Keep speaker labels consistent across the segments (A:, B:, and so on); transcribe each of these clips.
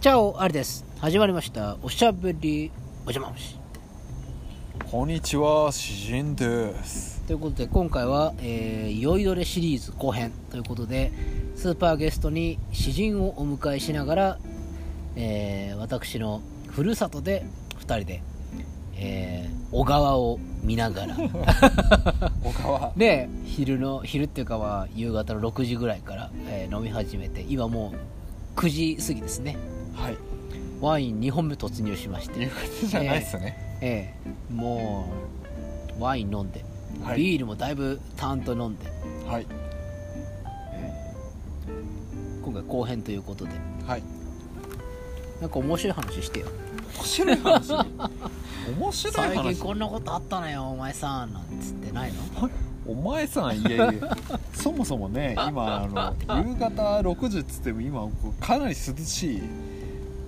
A: チャオあれです始まりましたおしゃべりおじゃまし
B: こんにちは、詩人です。
A: ということで今回は、えー、酔いどれシリーズ後編ということでスーパーゲストに詩人をお迎えしながら、えー私のふるさとで2人で、えー小川を見な がら
B: 小川。
A: で昼の昼っていうかは夕方の6時ぐらいから、えー飲み始めて今もう9時過ぎですね
B: はい。
A: ワイン2本目突入しまして
B: 夕方じゃないっすね。
A: ええもうワイン飲んで、
B: はい
A: ビールもだいぶターンと飲んで、
B: はい。
A: 今回後編ということで
B: はい。
A: なんか面白い話してよ
B: 面白い話。 面白い
A: 最近
B: 話。
A: こんなことあったのよお前さなんつってないの
B: お前さん、いやいや。 そもそもね、今、あの、夕方6時っつっても、今、こうかなり涼しい。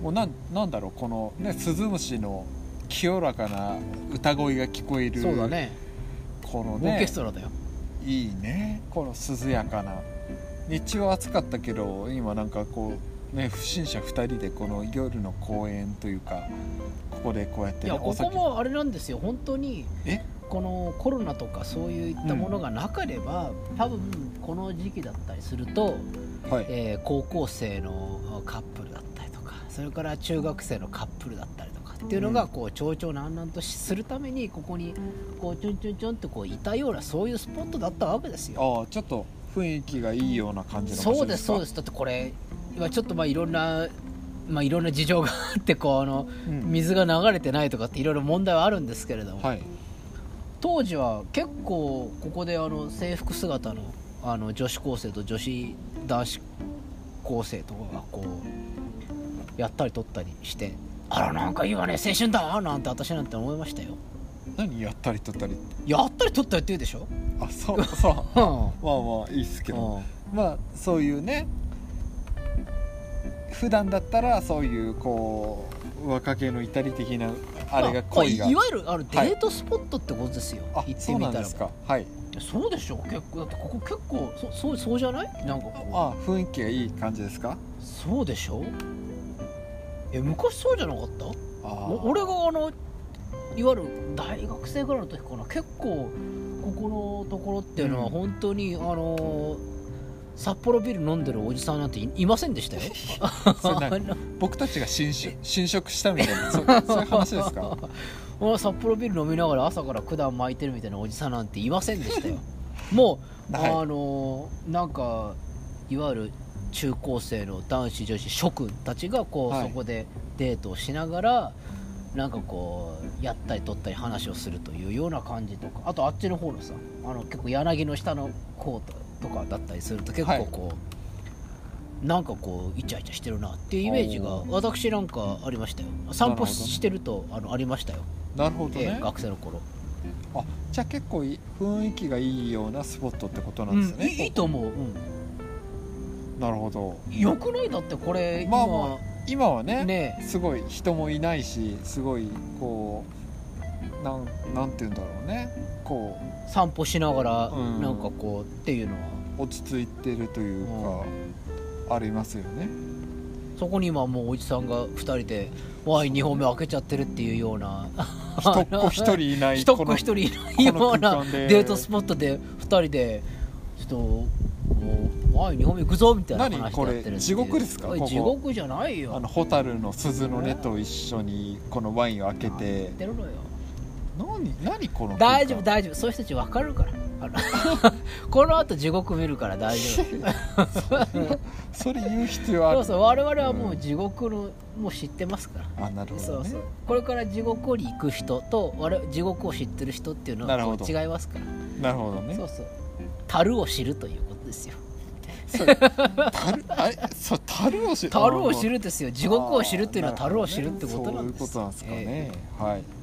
B: もう、なん、なんだろう、この、ね、鈴虫の。清らかな歌声が聞こえる。
A: そうだ。ね
B: この
A: オ
B: ね。
A: ーケストラだよ、
B: いいねこの涼やかな日中は暑かったけど今なんかこうね不審者2人でこの夜の公園というかここでこうやって、
A: い
B: ね、
A: やここもあれなんですよ本当に
B: え
A: このコロナとかそういったものがなければ、多分この時期だったりすると、
B: はい
A: えー高校生のカップルだったりとかそれから中学生のカップルだったりとかっていうの
B: う
A: が
B: ん
A: こう蝶々なんなんとするためにここにこうチュンチュンチュンってこういたようなそういうスポットだったわけですよ。
B: ああちょっと雰囲気がいいような感じの場
A: そ
B: 所
A: う
B: で
A: です
B: すか
A: そうですすだってこれ今ちょっとまあいろんなまあいろんな事情があってこうあの
B: うん、
A: 水が流れてないとかっていろいろ問題はあるんですけれども、
B: はい
A: 当時は結構ここであの制服姿のあの女子高生と女子男子高生とかがこうやったり取ったりしてあらなんかいいわね青春だなんて私なんて思いましたよ
B: 何やったりとったり
A: やったり取ったりって言うでしょ
B: あそうそ
A: う
B: う
A: ん
B: まあまあいいっすけど
A: うん
B: まあそういうね普段だったらそういうこう若気の至り的なあれが
A: ま
B: 恋が
A: いいわゆるあのデ
B: はい
A: ートスポットってことですよ、
B: あ
A: 行って
B: そう
A: み
B: なん
A: た
B: で
A: ら
B: す
A: そう
B: かはい
A: でしょ結構だってここ結構そそうそうじゃないなんかこう
B: あ雰囲気がいい感じですか
A: そうでしょえ昔そうじゃなかった
B: あ
A: お俺があのいわゆる大学生ぐらいの時かな結構ここのところっていうの
B: う
A: は
B: ん
A: 本当に、あの札幌ビール飲んでるおじさんなんていいませんで したよ
B: そ れなんか僕たちが侵食侵食したみたいなそそういう話ですか
A: 俺札幌ビール飲みながら朝から管巻いてるみたいなおじさんなんていませんでしたよ もう、
B: は
A: あのなんかいわゆる中高生の男子女子諸君たちがこう、
B: はい
A: そこでデートをしながらなんかこうやったり取ったり話をするというような感じとかあとあっちの方のさあの結構柳の下の方ととかだったりすると結構こう、なんかこうイチャイチャしてるなっていうイメージが
B: おー
A: 私なんかありましたよ散歩
B: なるほど
A: してるとあのありましたよ、
B: なるほど
A: え
B: ね
A: え学生の頃
B: あじゃあ結構いい雰囲気がいいようなスポットってことなんです
A: うんいいい
B: ね
A: い、と思う、
B: なるほど
A: うん、よくないだってこれ今、
B: まあま今はね
A: ね
B: すごい人もいないしすごいこうなんなんて言うんだろうねこ
A: 散歩しながら
B: うん
A: なんかこうっていうのは
B: う落ち着いてるというか、ありますよ ね
A: そこに今もうおじさんが2人でワイン2本目開けちゃってるっていうような
B: 一っ子一人いない
A: 一
B: こ
A: 人一人
B: の
A: いないよう
B: こ
A: な
B: の空間で
A: デートスポットで2人でちょっともうワイン2本目行くぞみたいな話にな
B: 何
A: って
B: こ
A: る
B: れ
A: っていう
B: 地獄ですか
A: おい
B: ここ
A: 地獄じゃないよ
B: あの蛍の鈴の音と一緒にこのワインを開け
A: 何言
B: て
A: ってるのよ
B: 何何この空間
A: 大丈夫大丈夫そういう人たち分かるからあの この後地獄見るから大 丈夫
B: それ言う必要あ
A: そう
B: る
A: そう我々はもう地獄の、もう知ってますから
B: あなるほ
A: そ
B: ど
A: う
B: ね
A: そうこれから地獄に行く人と我々地獄を知ってる人っていうの
B: な
A: は
B: る
A: こ
B: ほ
A: う
B: ど
A: 違いますから、
B: なるほどね
A: そうそう樽を知るということです よ
B: それ樽あれ そう樽を知る
A: 樽を知
B: る
A: るですよ地獄を知るっていうのは樽を知るってことなんです
B: そういうことなんですかね、はい
A: ええ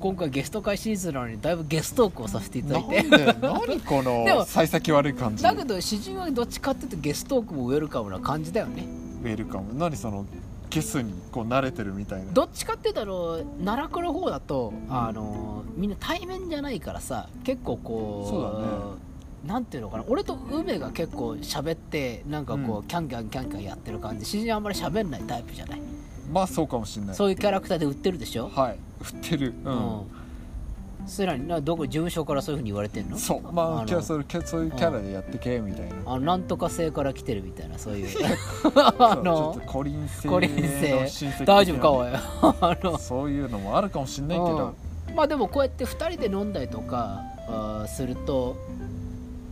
A: 今回ゲスト会シリーズなのにだいぶゲストトークをさせていただ
B: ないん
A: て
B: で何こ
A: でも
B: の幸先悪い感じ
A: だけど詩人はどっちかっていうとゲストトークもウェルカムな感じだよね
B: ウェルカム何そのゲスにこう慣れてるみたいな
A: どっちかっていうとあの奈落の方だとあのみんな対面じゃないからさ結構こう
B: そうだ
A: なんていうのかな俺と梅が結構喋ってなんかこう、
B: うん
A: キャンキャンキャンキャンやってる感じ詩人はあんまり喋んないタイプじゃない
B: まあそうかもしれない
A: そういうキャラクターで売ってるでしょ、
B: はい振ってるう、
A: うんそれなになどこ事務所からそういうふうに言われてんの
B: そうまあ
A: の
B: キャそういうキャそういうキャラでやってけみたいな
A: あのなんとか性から来てるみたいなそう いう
B: そう
A: あの
B: ちょっと孤輪性
A: コリン
B: の親
A: 性
B: 戚
A: 大丈夫か
B: み
A: おいあ
B: たいな
A: の
B: そういうのもあるかもしれないけど
A: うんまあでもこうやって2人で飲んだりとかあーすると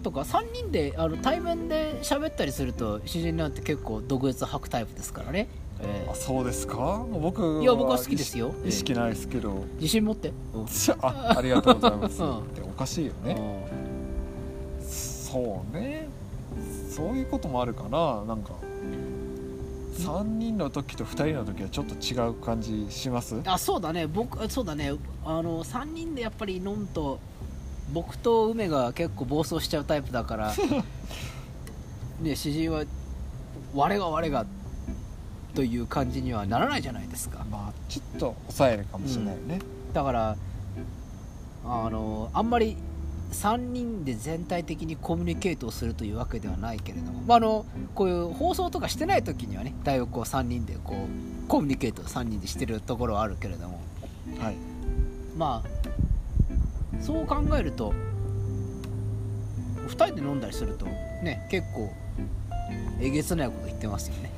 A: とか3人であの対面で喋ったりすると詩人なんて結構毒舌吐くタイプですからね、え
B: あそうですか僕
A: いや僕は好きですよ
B: 意識意識ないですけど
A: え自信持って、うん
B: あありがとうございます
A: うん
B: っておかしいよね
A: うん
B: そうねそういうこともあるかななんか3人の時と2人の時はちょっと違う感じします
A: あそうだね僕そうだねあの3人でやっぱり飲むと僕と梅が結構暴走しちゃうタイプだから ね詩人は我が我がという感じにはならないじゃないですか
B: まあちょっと抑えるかもしれないよね、
A: だからあのあんまり3人で全体的にコミュニケートをするというわけではないけれども、まあ、あのこういう放送とかしてない時にはねだいぶこう3人でこうコミュニケートを3人でしてるところはあるけれども
B: はい
A: まあそう考えると2人で飲んだりするとね結構えげつないこと言ってますよね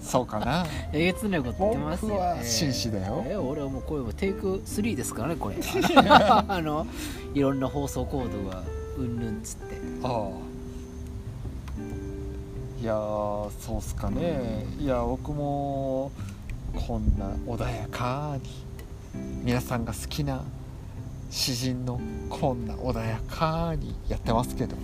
B: そうかな
A: えげつないこと言ってますよ、ね、
B: 僕は紳士だよ
A: えー俺はもうこれもテイク3ですからね これあのいろんな放送コードがうんぬんっつって
B: ああいやーそうっすかねいや僕もこんな穏やかに皆さんが好きな詩人のこんな穏やかにやってますけど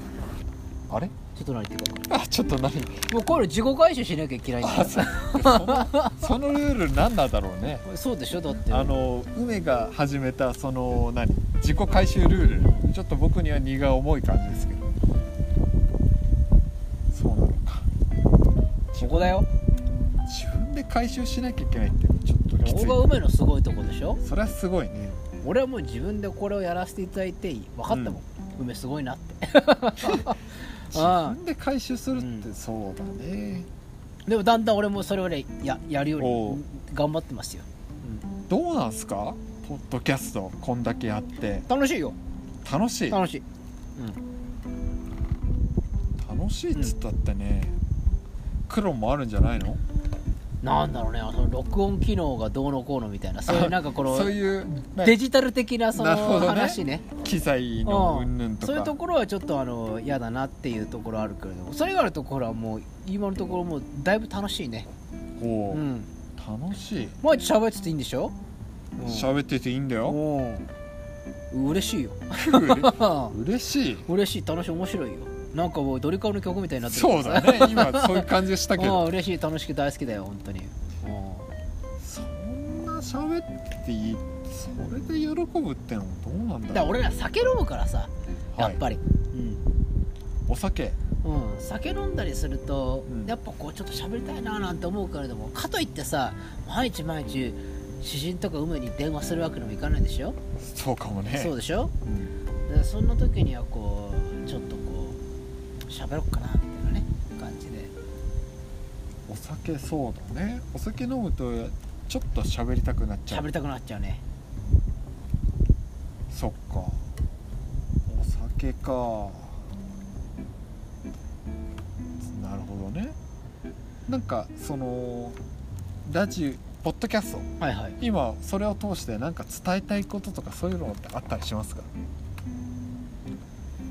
B: あれ
A: ちょっと何言ってるか
B: あちょっと何
A: もうこれ自己回収しなきゃいけないんだ
B: あ
A: よ
B: そそのそのルール何なんだろうね
A: そうでしょだって
B: あの梅が始めたその何自己回収ルールちょっと僕には荷が重い感じですけどそうなのか
A: ここだよ
B: 自分で回収しなきゃいけないってちょっとき
A: こ
B: つ
A: こが
B: い
A: 梅のすごいとこでしょ
B: それはすごいね
A: 俺はもう自分でこれをやらせていただいて分かったもん、梅すごいな って
B: 自分で回収するっ
A: う
B: て
A: ん
B: そうだね
A: でもだんだん俺もそれをねややるよう
B: おう
A: に頑張ってますよ
B: どうなんすかポッドキャストこんだけやって
A: 楽しいよ
B: 楽しい楽
A: 楽しい、うん、
B: しいっつったってね苦労もあるんじゃないの
A: なんだろうねあの録音機能がどうのこうのみたいなそう いうなんかこの
B: そういうね
A: デジタル的なそ
B: なるほ
A: の
B: どね
A: 話ね
B: 機材の
A: う
B: うんぬん
A: ん
B: とか
A: そういうところはちょっとあの嫌だなっていうところあるけれどもそれがあるところはもう今のところもうだいぶ楽しいね
B: お
A: う
B: うん楽しい
A: 毎日喋ってていいんでしょ
B: 喋ってていいんだ
A: う
B: よ
A: んうん嬉しいよ
B: 嬉しい
A: 嬉しい楽しい面白いよなんかもうドリカムの曲みたいになってる
B: そうだね今そういう感じしたけ
A: ああ
B: ど
A: 嬉しい楽しく大好きだよ本当に
B: そんな喋っていいそれで喜ぶってのもどうなんだろう
A: だから俺ら酒飲むからさやっ
B: はい、
A: ぱり、うん
B: お酒
A: うん、酒飲んだりすると、
B: うん
A: やっぱこうちょっと喋りたいななんて思うけれどもかといってさ毎日毎日詩人とか梅に電話するわけにもいかないでしょ、
B: そうかもね
A: そうでしょ
B: うん
A: だからそんな時にはこうちょっとこう喋ろっかなみたいなね感じで
B: お酒そうだねお酒飲むとちょっと喋りたくなっちゃ
A: 喋
B: う
A: りたくなっちゃうね
B: そっかお酒かなるほどねなんかそのラジオポッドキャスト
A: はいはい
B: 今それを通してなんか伝えたいこととかそういうのってあったりしますか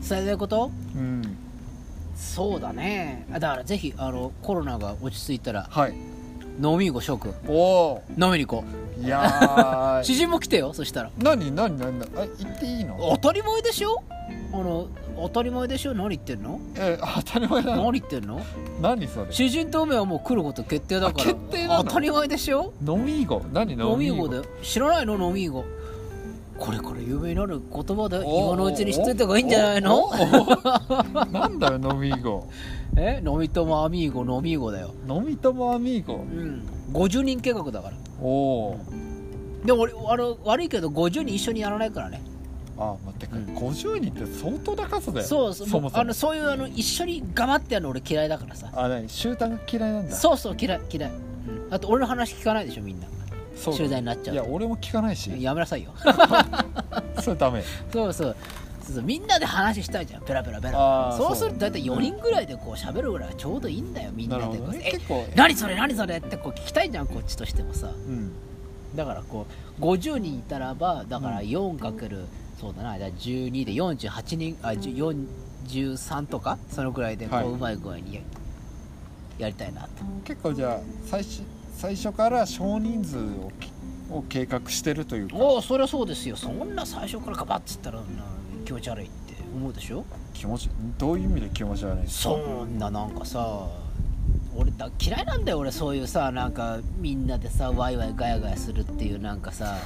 A: 伝えたいこと
B: うん
A: そうだねあだからぜひあのコロナが落ち着いたら
B: はい
A: 飲みに行こう諸君
B: おお
A: 飲みに行こ
B: いや
A: う
B: ー
A: 詩人も来てよそしたら
B: 何何何何あ言っていいの
A: 当たり前でしょあの当たり前でしょ何言ってんの
B: え 当たり前なの
A: 何言ってんの
B: 何それ
A: 主人と梅はもう来ること決定だから
B: あ決定なの
A: 当たり前でしょ
B: 飲み子何
A: 飲
B: 飲
A: み
B: み
A: 子
B: 子
A: だよ知らないの飲み子これこれ有名になる言葉だよ今のうちに知っといた方がいいんじゃないの
B: おーお ーなんだよ飲み子
A: え飲み友アミーゴ飲み子だよ
B: 飲み友アミーゴ
A: うん50人計画だから
B: おお
A: でも俺あの悪いけど50人一緒にやらないからね
B: あ待ってか、
A: うん
B: 50人って相当な数だよ
A: そう
B: そ
A: そ
B: もそ
A: う
B: も
A: あのそういうあの一緒に頑張ってやるの俺嫌いだからさ
B: あ何集団が嫌いなんだ
A: そうそう嫌い嫌いうんあと俺の話聞かないでしょみんな
B: そうだ
A: 集団になっちゃう
B: いや俺も聞かないし
A: やめなさいよ
B: それダメ
A: そうそうそうそうみんなで話したいじゃんペラペラペ
B: あ
A: ラ
B: ー
A: そうす
B: そう
A: ると大体4人ぐらいでこう喋るぐらいがちょうどいいんだよみんな
B: なる
A: で
B: ほ
A: こ
B: ど
A: う、
B: ね
A: え
B: 結構
A: 何それ何それってこう聞きたいじゃんこっちとしてもさ
B: うん
A: だからこう50人いたらばだから
B: うん
A: 4× そうだなじゃあ12で48人あ10 43とかそのぐらいでこ
B: はいう
A: うまい具合にややりたいなと、
B: 結構じゃあ最初最初から少人数をきを計画してるというか
A: おおそりゃそうですよそんな最初からガバッつったらな気持ち悪いって思うでしょ
B: 気持ちどういう意味で気持ち悪いんですか
A: そんななんかさ俺だ嫌いなんだよ俺そういうさなんかみんなでさワイワイガヤガヤするっていうなんか さ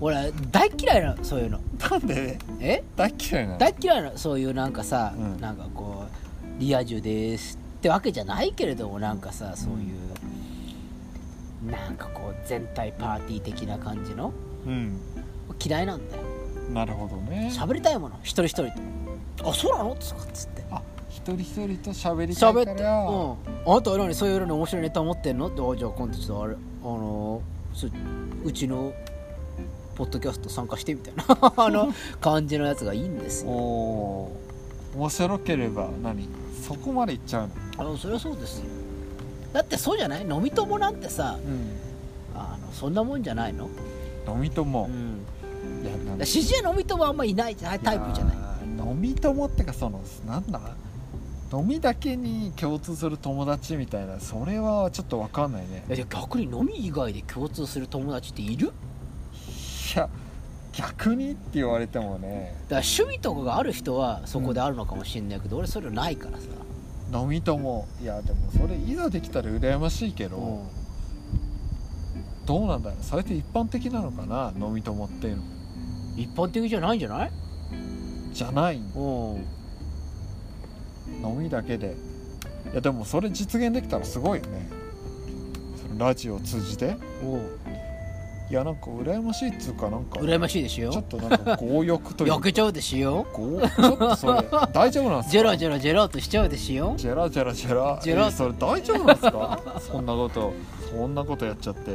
A: 俺大嫌いなのそういうの
B: なんで
A: え
B: 大嫌いなの
A: 大嫌いなのそういうなんかさ、
B: うん
A: なんかこうリア充ですってわけじゃないけれどもなんかさそういう、なんかこう全体パーティー的な感じの
B: うん
A: 嫌いなんだよ
B: なるほどね
A: 喋りたいもの一人一人とあそうなのとかっつって
B: あ一人一人と喋りたい
A: 喋
B: か
A: って、
B: ら、
A: うん、あなたは何そういうのに面白いネタ持ってんのってあじゃあ今度ちょっとあれあのーそううちのポッドキャスト参加してみたいな あの感じのやつがいいんですよ
B: おー面白ければ何そこまでいっちゃうの、
A: あそりゃそうですよだってそうじゃない飲み友なんてさあのそんなもんじゃないの
B: 飲み友
A: う、ん
B: いやなん
A: 指示飲み友はあんまいないじゃないタイプじゃない
B: やー飲み友ってかそのなんだ飲みだけに共通する友達みたいなそれはちょっと分かんないね
A: いやじゃあ逆に飲み以外で共通する友達っている
B: いや逆にって言われてもね
A: だから趣味とかがある人はそこであるのかもしれないけど、俺それないからさ、
B: 飲み友いやでもそれいざできたら羨ましいけど、
A: うん
B: どうなんだろうそれって一般的なのかな飲み友っていうの
A: 一般的じゃないんじゃない
B: じゃない
A: うん
B: 飲みだけでいやでもそれ実現できたらすごいよねそのラジオを通じて
A: う
B: いやなんか羨ましいっつうかなんか
A: ん、羨ましいです
B: ちょ
A: よ
B: っとなんか強 欲という
A: 焼
B: か
A: けちゃうですよ
B: こうちょっとそれ大丈夫なんですか
A: ジェラジェラジェラっとしちゃうですよ
B: ジェラジェラジェラ
A: ジェラ
B: えーそれ大丈夫なんですか そんなことそんなことやっちゃって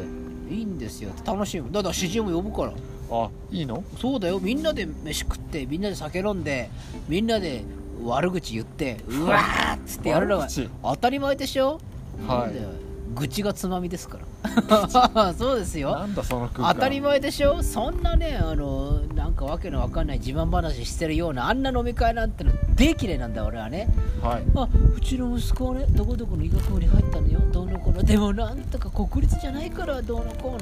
A: いいんですよ楽しいもんだから詩人も呼ぶから
B: あいいの
A: そうだよみんなで飯食ってみんなで酒飲んでみんなで悪口言ってうわーっつってやるのが
B: 悪口
A: 当たり前でしょ、
B: は
A: そうだよ
B: い
A: 愚痴がつまみですから そうですよ
B: なんだその空間
A: 当たり前でしょそんなねあのなんかわけのわかんない自慢話してるようなあんな飲み会なんてのできれなんだ俺はね
B: はい
A: あうちの息子はねどこどこの医学部に入ったのよどうのこうのでもなんとか国立じゃないからどうのこ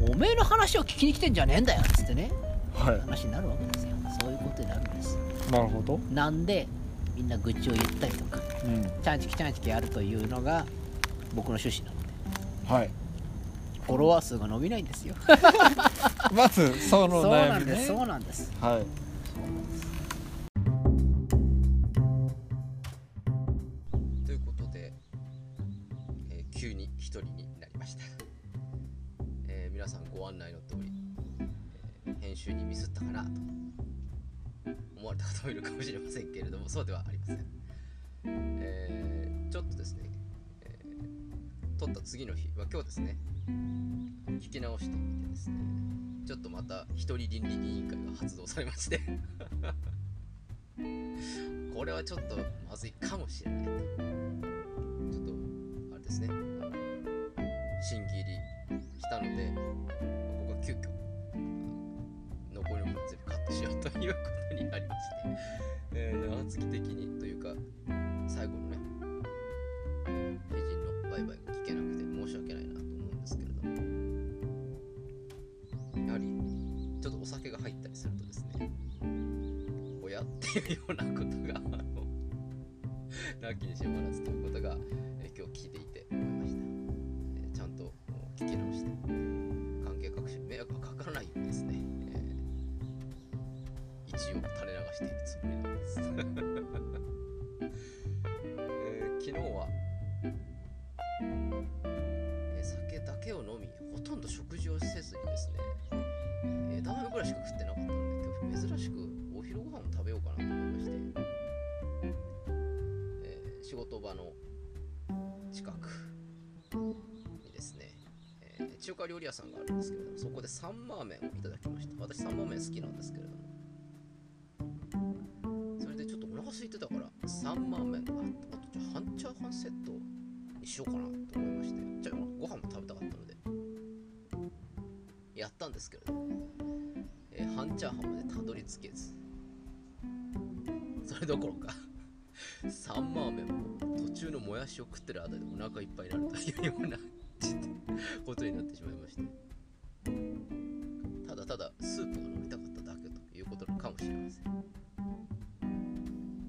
A: うのおめえの話を聞きに来てんじゃねえんだよっつってね
B: はい
A: 話になるわけですよそういうことになるんです
B: なるほど
A: なんでみんな愚痴を言ったりとか
B: うん
A: ちゃんちきちゃんちきやるというのが僕の趣旨なので
B: はい
A: フォロワー数が伸びないんですよ
B: まずその
A: そうな
B: 悩み
A: んです
B: ね
A: そうなんです
B: はい
C: ということで、えー急に一人になりました、 えー皆さんご案内の通り、えー編集にミスったかなと思われた方もいるかもしれませんけれどもそうではありません、えーちょっとですね、えー撮った次の日、まあ、今日ですね聞き直してみてですねちょっとまた一人倫理委員会が発動されまして これはちょっとまずいかもしれないとちょっとあれですねあの審議入りしたのでここが急遽あの残りの分全部カットしようということになりまして、えー、長月的にというか最後のね美人のバイバイが聞けなくて申し訳ないなと思うんですけれどもやはりちょっとお酒が入ったりするとですねおやっていうようなことがあのなきにしもあらずということが、えー今日聞いていて思いました、えーちゃんともう聞き直して関係各所に迷惑がかからないようにですね、えー一応垂れ流しているつもりなんです えー昨日は、えー酒だけを飲みほとんど食事をせずにですね枝豆ぐらいしか食ってなかったので今日珍しくお昼ご飯を食べようかなと思いましてえー仕事場の近くにですね、中華料理屋さんがあるんですけれどもそこでサンマーメンをいただきました私サンマーメン好きなんですけれどもそれでちょっとお腹空いてたからサンマーメンああとじゃあ半チャーハンセットにしようかなと思いましてじゃあご飯も食べたかったのでやったんですけれども、えー半チャーハンまでたどり着けずそれどころかサンマーメンも途中のもやしを食ってるあたりでお腹いっぱいになると いうようなちょっとことになってしまいましてただただスープが飲みたかっただけということかもしれません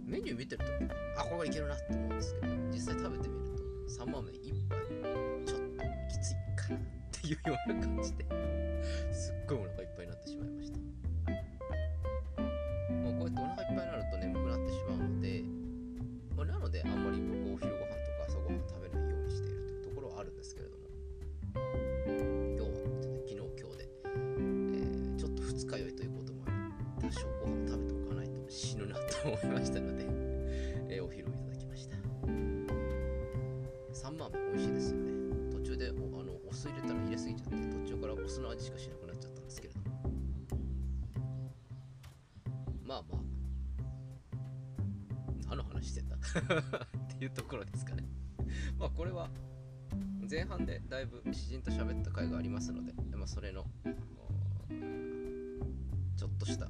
C: メニュー見てるとあこれはいけるなって思うんですけど実際食べてみるとサンマーメン一杯ちょっときついかなっていうような感じですっごいお腹いっぱいになってしまいましたまあこうやってお腹いっぱいになると眠くなってしまうのでまあなのであんまり僕お昼ご飯とか朝ごはん食べないようにしているというところはあるんですけれども今日はちょっと昨日今日で、えーちょっと二日酔いということもあり多少ご飯食べておかないと死ぬなと思いましたので、 えーお昼をいただきましたサンマーメン美味しいですよね途中でおあのお酢入れたら入れすぎちゃって途中からお酢の味しかしなくなっちゃったんですけれどもまあまあ何の話してんだっていうところですかね。 まあこれは前半でだいぶ詩人と喋った回がありますので、まあ、それのあのちょっとした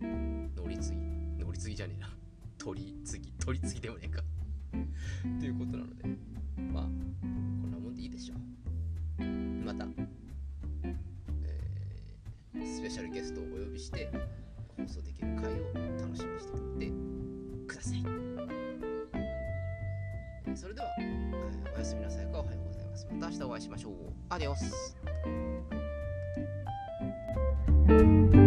C: 乗り継ぎ乗り継ぎじゃねえな 取り継ぎ取り継ぎでもねえか ということなのでまあこんなもんでいいでしょうまた、えースペシャルゲストをお呼びして放送できる回を楽しみにしていてください。えーそれでは、えーおやすみなさいかおはようございます。また明日お会いしましょう。アディオス。